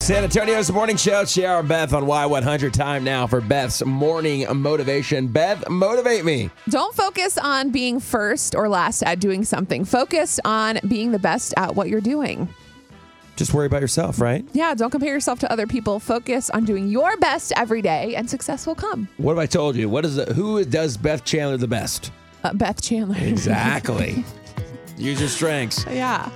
San Antonio's morning show. It's JR and Beth on Y100. Time now for Beth's morning motivation. Beth, motivate me. Don't focus on being first or last at doing something. Focus on being the best at what you're doing. Just worry about yourself, right? Yeah, don't compare yourself to other people. Focus on doing your best every day, and success will come. What have I told you? What is the, who does Beth Chandler the best? Uh, Beth Chandler. Exactly. Use your strengths. yeah.